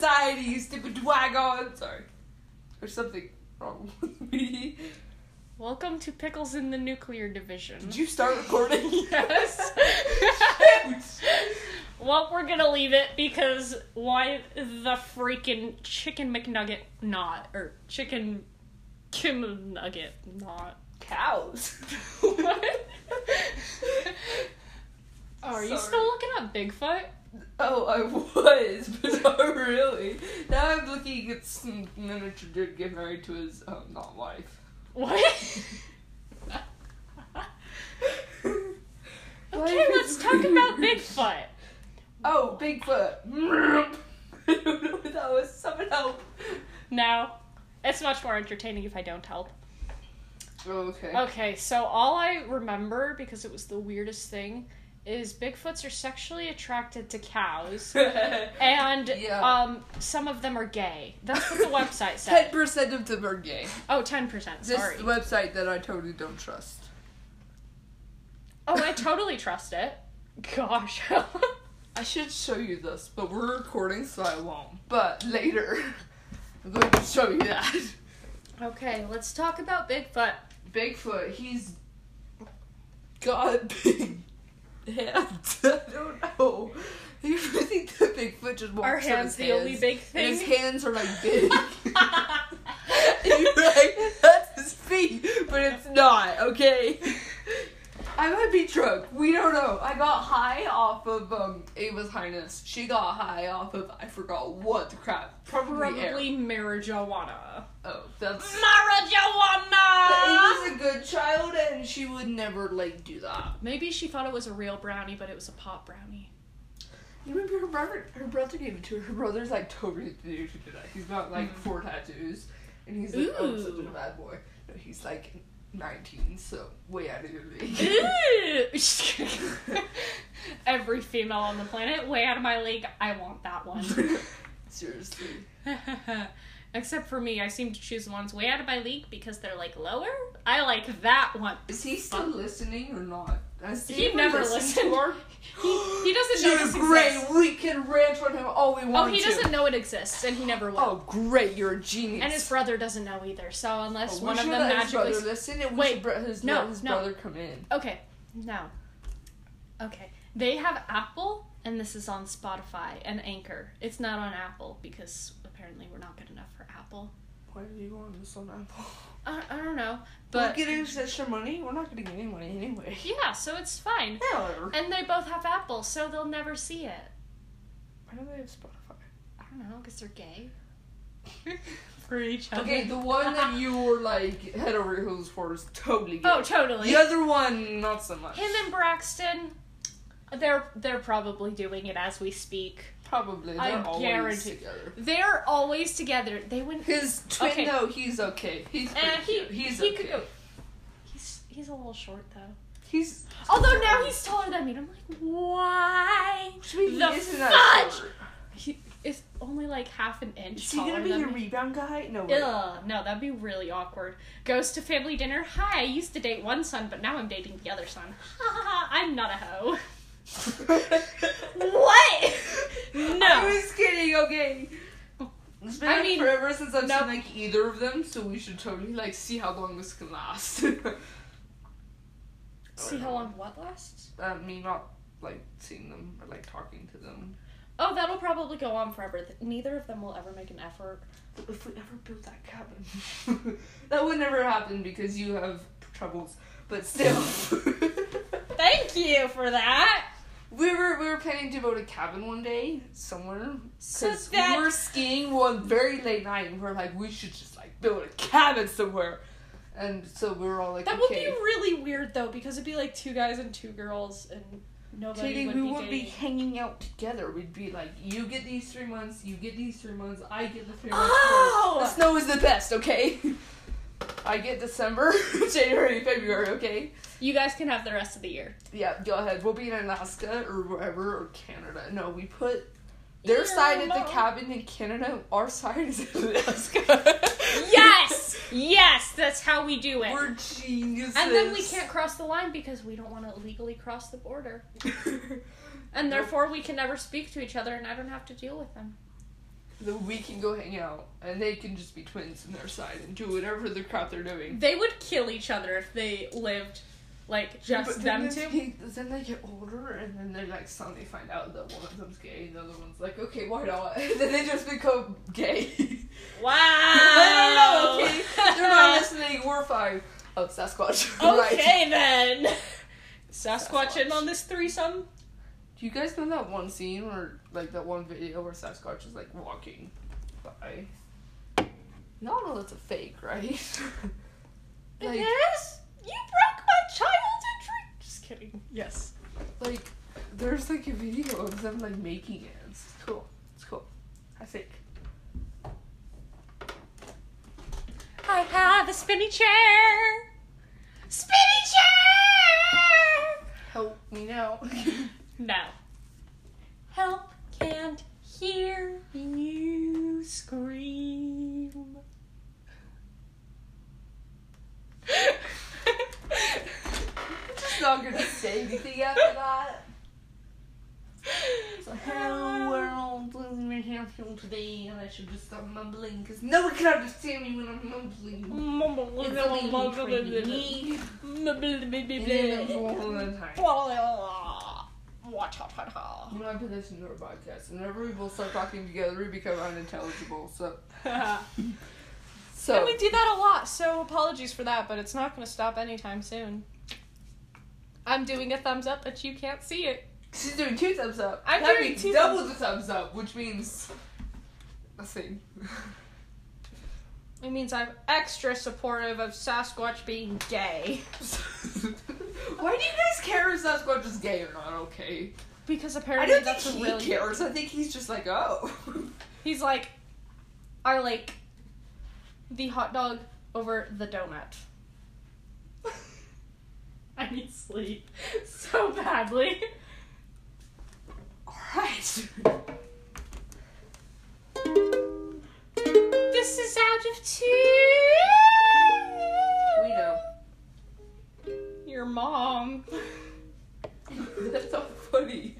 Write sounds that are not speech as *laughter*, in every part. Society, you stupid dwagon! Sorry. There's something wrong with me. Welcome to Pickles in the Nuclear Division. Did you start recording? *laughs* Yes. well, we're gonna leave it because why the freaking chicken McNugget not or chicken Kim Nugget not? Cows. *laughs* what? Oh, are you Sorry. still looking up Bigfoot? Oh, I was, but *laughs* not really. Now I'm looking at some miniature dude get married to his um, not *laughs* wife. What? Why okay, is let's it talk about weird? Bigfoot. Oh, Bigfoot. *laughs* I don't know what that was. Someone help. No, it's much more entertaining if I don't help. Okay. Okay, so all I remember because it was the weirdest thing is Bigfoots are sexually attracted to *laughs* cows, and Yeah. um, some of them are gay. *laughs* That's what the website Ten said. percent of them are gay. Oh, 10 percent. This Sorry. website that I totally don't trust. oh, I totally trust it. Gosh. *laughs* I should show you this, but we're recording, so I won't. But later, *laughs* I'm going to show you that. *laughs* okay, let's talk about Bigfoot. Bigfoot, he's got *laughs* big hands. *laughs* I don't know. You really think that Bigfoot just walks Are on hands his the only hands? big And his thing? hands are like *laughs* big. *laughs* And you're like, that's his feet, but it's not, okay? I might be drunk. We don't know. I got high off of um Ava's Highness. She got high off of I forgot what the crap. Probably, air. Probably marijuana. Oh, that's. Marijuana. Ava's a good child, and she would never like do that. Maybe she thought it was a real brownie, but it was a pop brownie. You remember her brother? Her brother gave it to her. Her brother's like totally addicted to that. He's got like four tattoos, and he's like, oh, I'm such a Ooh. bad boy. No, he's like 19, so way out of your *laughs* league. Ew. *laughs* Just kidding. Every female on the planet, way out of my league. I want *laughs* that one. Seriously. *laughs* Except for me, I seem to choose the ones way out of my league because they're like lower. I like that one. Is he still listening or not? Has He ever never listened to *laughs* listened. our- He, he doesn't know this Dude, great. exists. We can rant on him all we Oh, want. he to. doesn't know it exists, and he never will. Oh, great. You're a genius. And his brother doesn't know either. So Oh, unless we one of should them let his magically, brother listen, and we Wait, should br- his, no, let his no. brother come in. okay, no, okay. They have Apple, and this is on Spotify and Anchor. It's not on Apple because apparently we're not good enough for Apple. Why do you want this on Apple? I, I don't know, but we're getting extra money. We're not getting any money anyway. *laughs* yeah, so it's fine. Whatever. And they both have Apple, so they'll never see it. Why do they have Spotify? I don't know, because *laughs* they're gay. for each other. Okay, the one that you were like head over heels for is totally good. Oh, totally. the other one, not so much. Him and Braxton, they're they're probably doing it as we speak. Probably. They're I always guarantee- together. They're always together. They wouldn't. His twin, Okay. though, he's okay. He's Eh, pretty he cute. he's he okay. could go. He's he's a little short though. He's Although now he's taller than me. and I'm like, why? He the isn't that fudge! short. He is only like half an inch. Is he gonna taller be than your me. rebound guy? No. way. *laughs* Ugh, no, that'd be really awkward. Goes to family dinner. Hi, I used to date one son, but now I'm dating the other son. Ha ha ha, I'm not a hoe. What? *laughs* No. I was kidding. Okay. It's been I like mean, forever since I've no. seen like either of them, so we should totally like see how long this can last. *laughs* See how long what lasts? Uh, me not like seeing them or like talking to them. Oh, that'll probably go on forever. Th- Neither of them will ever make an effort. If we ever build that cabin, *laughs* that would never happen because you have troubles. But *laughs* still, *laughs* Thank you for that. we were we were planning to build a cabin one day somewhere So because that- we were skiing one very late night and we are like we should just like build a cabin somewhere, and so we were all like That would okay. be really weird though, because it'd be like two guys and two girls, and nobody Katie, would we be wouldn't be dating. hanging out together. We'd be like, you get these three months, you get these three months, I get the three months. Oh! The snow is the best, okay? *laughs* I get December, *laughs* January, February, okay? You guys can have the rest of the year. Yeah, go ahead. We'll be in Alaska or wherever, or Canada. No, we put Their Your side of mom. the cabin in Canada, our side is in *laughs* Alaska. Yes! yes! That's how we do it. We're geniuses. and then we can't cross the line because we don't want to legally cross the border. And therefore, we can never speak to each other, and I don't have to deal with them. *laughs* then we can go hang out, and they can just be twins in their side and do whatever the crap they're doing. They would kill each other if they lived like just But them then two. they- then they get older, and then they like suddenly find out that one of them's gay, and the other one's like, okay, why not? *laughs* then they just become gay. *laughs* Wow! I Oh. don't know. *laughs* Okay, they're not listening. We're fine. Oh, Sasquatch. *laughs* Right. Okay then. Sasquatch, Sasquatch. in on this threesome. Do you guys know that one scene where, like, that one video where Sasquatch is like walking by? Y'all know that's a fake, right? *laughs* like, yes. You broke my childhood dream. Just kidding. Yes. like, there's like a video of them like making it. It's cool. It's cool. I think. I have a spinny chair. Spinny chair. Help me now. *laughs* No. Help can't hear you scream. just not gonna say anything after that. So, hello world, I'm in here today, and I should just stop mumbling because no one can understand me when I'm Mm-hmm. mumbling. It's illegal for me. And then I'm all the time. You know, I've been listening to our podcast, and whenever we both start talking together, we become unintelligible. So, *laughs* And so we do that a lot, so apologies for that, but it's not going to stop anytime soon. I'm doing a thumbs up, but you can't see it. she's doing two thumbs up. I'm that doing means two double thumbs the thumbs up, which means nothing. It means I'm extra supportive of Sasquatch being gay. *laughs* Why do you guys care if Sasquatch is gay or not? Okay, Because I apparently don't think that's a he really cares. I think he's just like, oh, *laughs* He's like, I like the hot dog over the donut. *laughs* I need sleep *laughs* so badly. all right. This is out of two. We know. Your mom. *laughs* *laughs* That's so funny.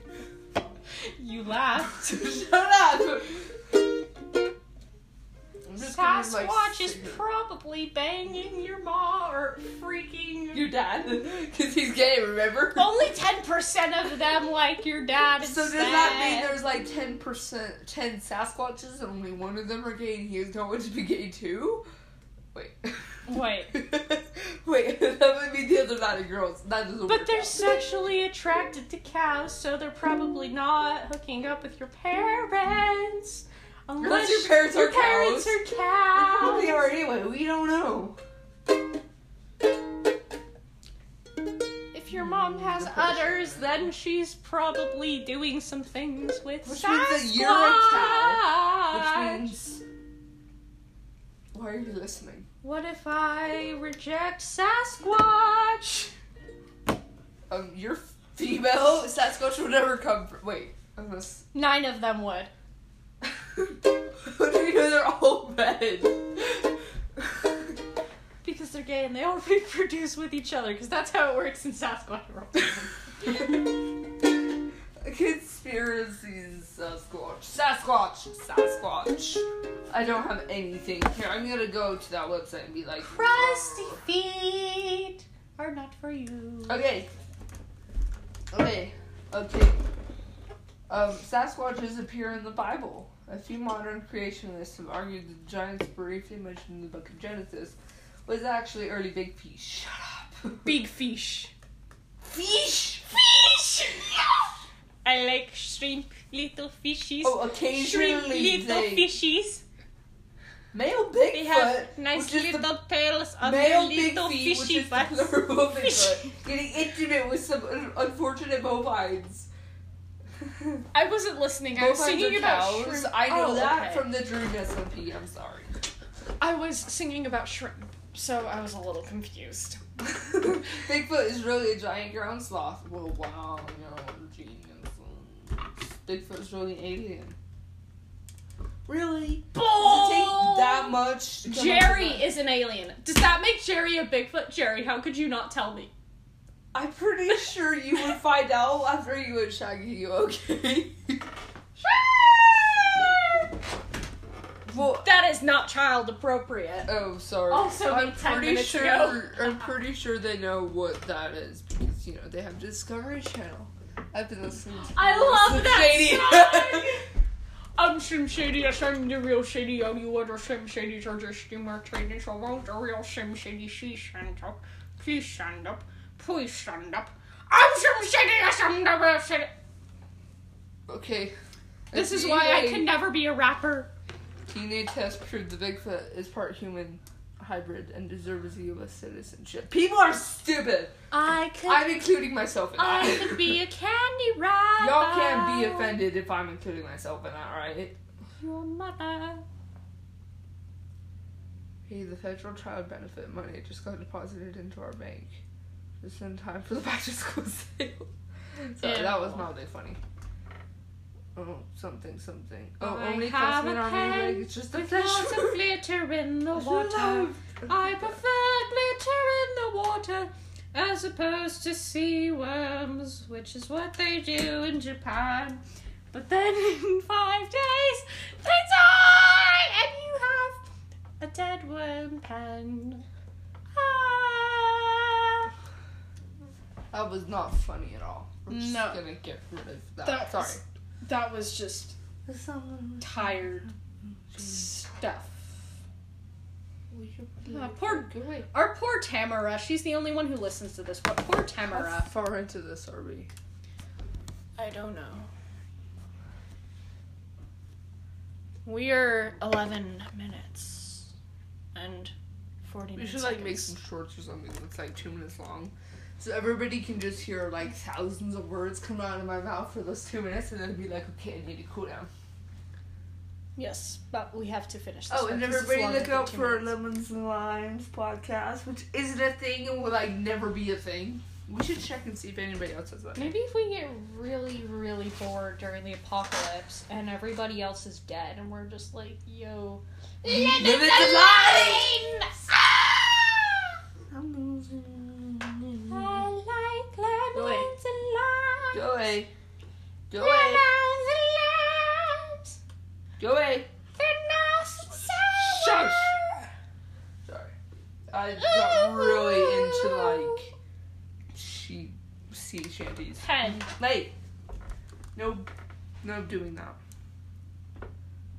You *laughs* laughed. Shut up. I'm just gonna, Sasquatch like, is sit here. probably banging your mom or *laughs* freaking. your dad because he's gay. Remember? Only 10% of them like your dad. So does that mean there's like ten percent, ten Sasquatches, and only one of them are gay, and he is going to be gay too? Wait. Wait. *laughs* Wait. *laughs* That would mean the other nine are girls. That doesn't work But they're out. sexually attracted to cows, so they're probably not hooking up with your parents. Unless your parents your are parents cows. are cows. Who *laughs* they are anyway. We don't know. If your mom *laughs* has udders, then she's probably doing some things with Which means Sasquatch. that you're a cow, Which means. Why are you listening? What if I reject Sasquatch? Um, you're female. Sasquatch would never come from. Wait, *laughs* unless. Nine of them would. How do we know they're all men? *laughs* Because they're gay and they all *laughs* reproduce with each other, because that's how it works in Sasquatch *laughs* world. Conspiracies, Sasquatch, Sasquatch, Sasquatch. I don't have anything here. I'm gonna go to that website and be like, Crusty feet are not for you. Okay. Okay. Okay. Um, Sasquatches appear in the Bible. A few modern creationists have argued that the giants briefly mentioned in the book of Genesis was actually early big fish. Shut up. Big fish. fish! Fish! *laughs* I like shrimp, little fishies. *laughs* Oh, shrimp, occasionally little they fishies. male They Bigfoot, have nice which is the little tails on their male big little feet, which fishy is the butts. plural of Fish. Bigfoot, getting intimate with some un- unfortunate *laughs* bovines. I wasn't listening. I was Bovines singing are about cows. shrimp. I know Oh, that okay. from the Drew SMP. I'm sorry. *laughs* I was singing about shrimp, so I was a little confused. Bigfoot is really a giant ground sloth. Well, wow, you know, genius. Bigfoot's really an alien. Really? Does it Bull. take that much? to come up with Oh! Jerry that? is an alien. Does that make Jerry a Bigfoot? Jerry, how could you not tell me? I'm pretty sure you would find out after you and Shaggy, you okay? well, That is not child appropriate. oh, sorry. Also, I'm made 10 pretty minutes sure. ago. *laughs* I'm pretty sure they know what that is because you know they have Discovery Channel. I've been listening. To I love Slim that I'm Sim Shady, yes, I'm the real Shady, oh, you other Sim Shadys are just humor trading, so won't the real Sim Shady she stand up? Please stand up. Please stand up. I'm Sim Shady, yes, I'm the real Shady. *laughs* okay. This is The why I DNA can never be a rapper. DNA test proved the Bigfoot is part human hybrid and deserves a U.S. citizenship. People are stupid. I could, I'm including myself in that. a candy *laughs* rapper. Y'all can't be offended if I'm including myself in that, right? Your mother. Hey, the federal child benefit money just got deposited into our bank. Just in time for the *laughs* back to school sale. Sorry, that was Ew. mildly funny. Oh, something, something. Oh, Oh, I only have classmate a on me, pen like, it's just a With flesh. *laughs* lots of glitter in the water. I prefer glitter in the water as opposed to sea worms, which is what they do in Japan. But then in *laughs* five days, they die and you have a dead worm pen. Ah. That was not funny at all. We're just No. gonna get rid of that. That was- Sorry. That was just tired Mm-hmm. stuff. Ah, poor, Good way. our poor Tamara. She's the only one who listens to this, but poor How Tamara. uh, far into this are we? I don't know. We are 11 minutes and 40 We should like make some shorts or something that's like two minutes long, so everybody can just hear like thousands of words come out of my mouth for those two minutes, and then be like, okay, I need to cool down. Yes, but we have to finish this. Oh, and work. This is everybody longer look than out two for minutes. Lemons and Limes podcast, which isn't a thing and will like never be a thing. We should check and see if anybody else has that. Maybe if we get really, really bored during the apocalypse and everybody else is dead and we're just like, yo, let Live it it alone! Ah! I'm losing. I like lemons and limes. Go away. Go away. Lemons and limes. Go away. They're nice and sour. Shush. Sorry. I got really into like she sea shanties. Pen. Like, no, no doing that.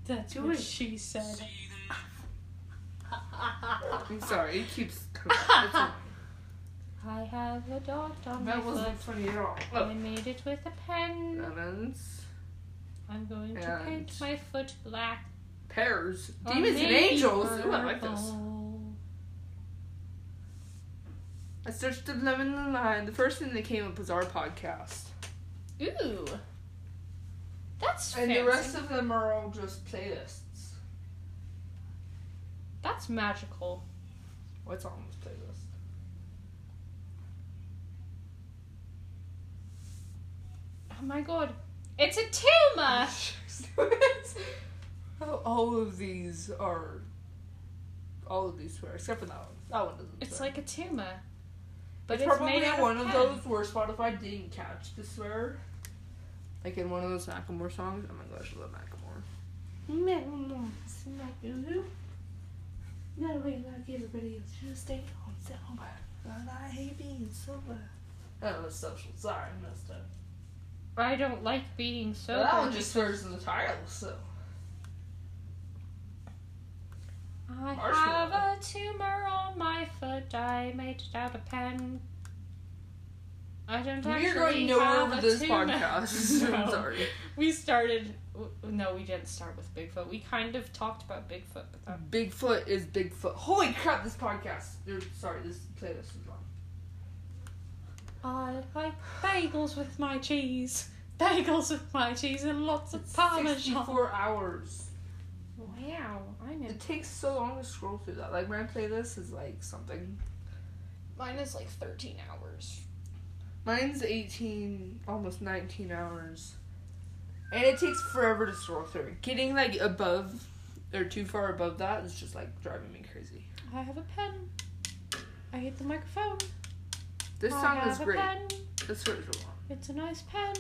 That's Do what it. she said. *laughs* I'm sorry. It keeps coming. *laughs* up. It's annoying. I have a dot on my that foot. wasn't funny at all. I Oh. made it with a pen. Lemons. I'm going to paint And- my foot black. Pears. or Demons and Oh, maybe angels. Ooh, I like this. purple. I searched the lemon and lime. The first thing that came up was our podcast. Ooh. That's And fancy. the rest of them are all just playlists. That's magical. What's on this playlist? Oh my god. It's a *laughs* tumor! Oh, all of these are. All of these swear, except for that one. That one doesn't. It's swear. like a tumor. But it's, it's, probably made out one of, of, pen. those where Spotify didn't catch the swear. Like in one of those Macklemore songs. Oh my gosh, I love Macklemore. Macklemore, Macklemore. No way, like everybody else. Just stay home, sober. But I hate being sober. That was Oh, social. Sorry, I messed up. I don't like being so. Well, that one just swears in the title, so. I marshmallow. have a tumor on my foot. I made it out of pen. I don't We're actually going nowhere have a with this tumor. *laughs* podcast. *laughs* I'm No. sorry. We started. w- No, we didn't start with Bigfoot. We kind of talked about Bigfoot, but that. Bigfoot is Bigfoot. Holy crap, this podcast. er, Sorry, this playlist is long. I like bagels with my cheese. Bagels with my cheese and lots of It's parmesan. 64 hours. Wow, I'm in. It takes so long to scroll through that. Like my playlist is like something. Mine is like 13 hours. Mine's eighteen, almost nineteen hours. And it takes forever to scroll through. Getting like above or too far above that is just like driving me crazy. I have a pen. I hate the microphone. This I song have is a great. pen. That's what it's all It's a nice pen.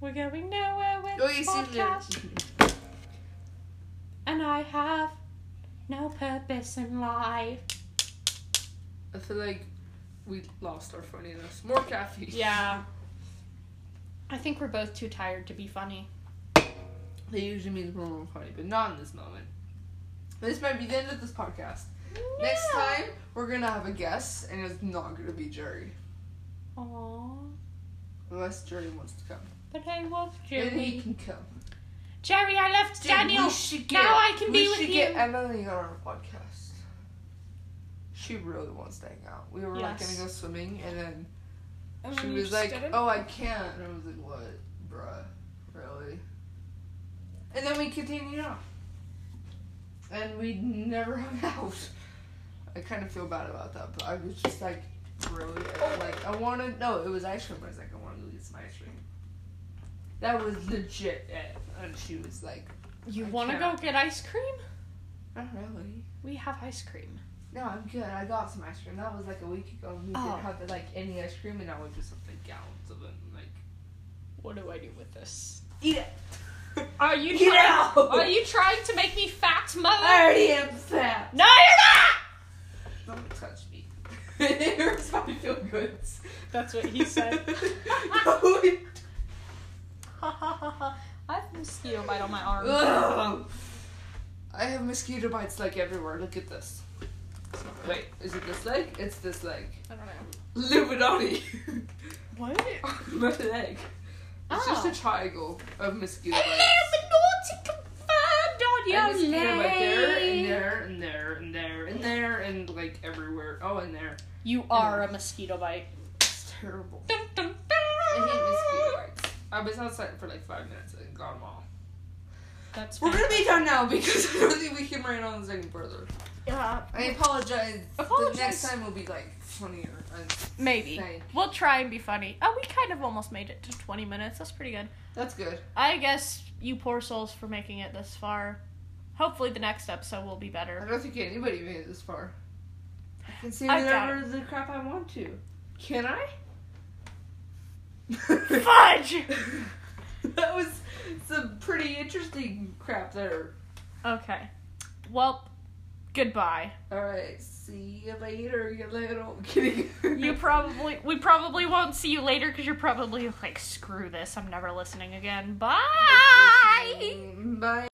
We're going nowhere with Oh, this you see there. podcast. And I have no purpose in life. I feel like we lost our funniness. More caffeine. Yeah. I think we're both too tired to be funny. That usually means we're more funny, but not in this moment. This might be the end of this podcast. Next No. time, we're gonna have a guest, and it's not gonna be Jerry. Aw. Unless Jerry wants to come. But I love Then he Jerry. can come. Jerry, I left Dude, Daniel. we should get, Now I can we be with should you. get Emily on our podcast. She really wants to hang out. We were like Yes. gonna go swimming, and then And she then you was Um, just like, didn't? "Oh, I can't," and I was like, "What, bruh? Really?" And then we continued on, and we never *laughs* hung out. I kind of feel bad about that, but I was just like, really, like I wanted. No, it was ice cream. I was like, I want to go get some ice cream. That was legit it, and she was like, You I want to go can't. get ice cream? "Not really." We have ice cream. No, I'm good. I got some ice cream. That was like a week ago. and We Oh. didn't have like any ice cream, and now we just have like gallons of it. And, like What do I do with this? eat it. Are you Get trying- out! Are you trying to make me fat, mother? I already am fat. No, you're not. Don't touch me. *laughs* it hurts my feel goods. That's what *laughs* he said. *laughs* No, it- I have a mosquito bite on my arm. Ugh. I have mosquito bites like everywhere. Look at this. Wait, is it this leg? It's this leg. I don't know. Illuminati. *laughs* What? my leg. It's just Oh. a triangle of mosquito *laughs* bites. Illuminati confirmed on your And it's kind of like there and leg. there and there and there and there and like everywhere. Oh, and there. You are a mosquito bite. It's terrible. Dun, dun, dun. I hate mosquito bites. I was outside for like five minutes and got them all. That's We're fine. gonna be done now because I don't think we can rant on this any further. Yeah, I apologize. Apologize. The next time will be like funnier. And maybe. Thank- We'll try and be funny. Oh, we kind of almost made it to 20 minutes. That's pretty good. that's good. I guess you poor souls for making it this far. Hopefully, the next episode will be I *laughs* better. don't think anybody made it this far. I can say I doubt whatever the crap I want to. Can I? *laughs* Fudge! that was some pretty interesting crap there. Okay. Well, goodbye. Alright, see you later, you little *laughs* kitty. You probably we probably won't see you later because you're probably like screw this. I'm never listening again. Bye. Mm, Bye.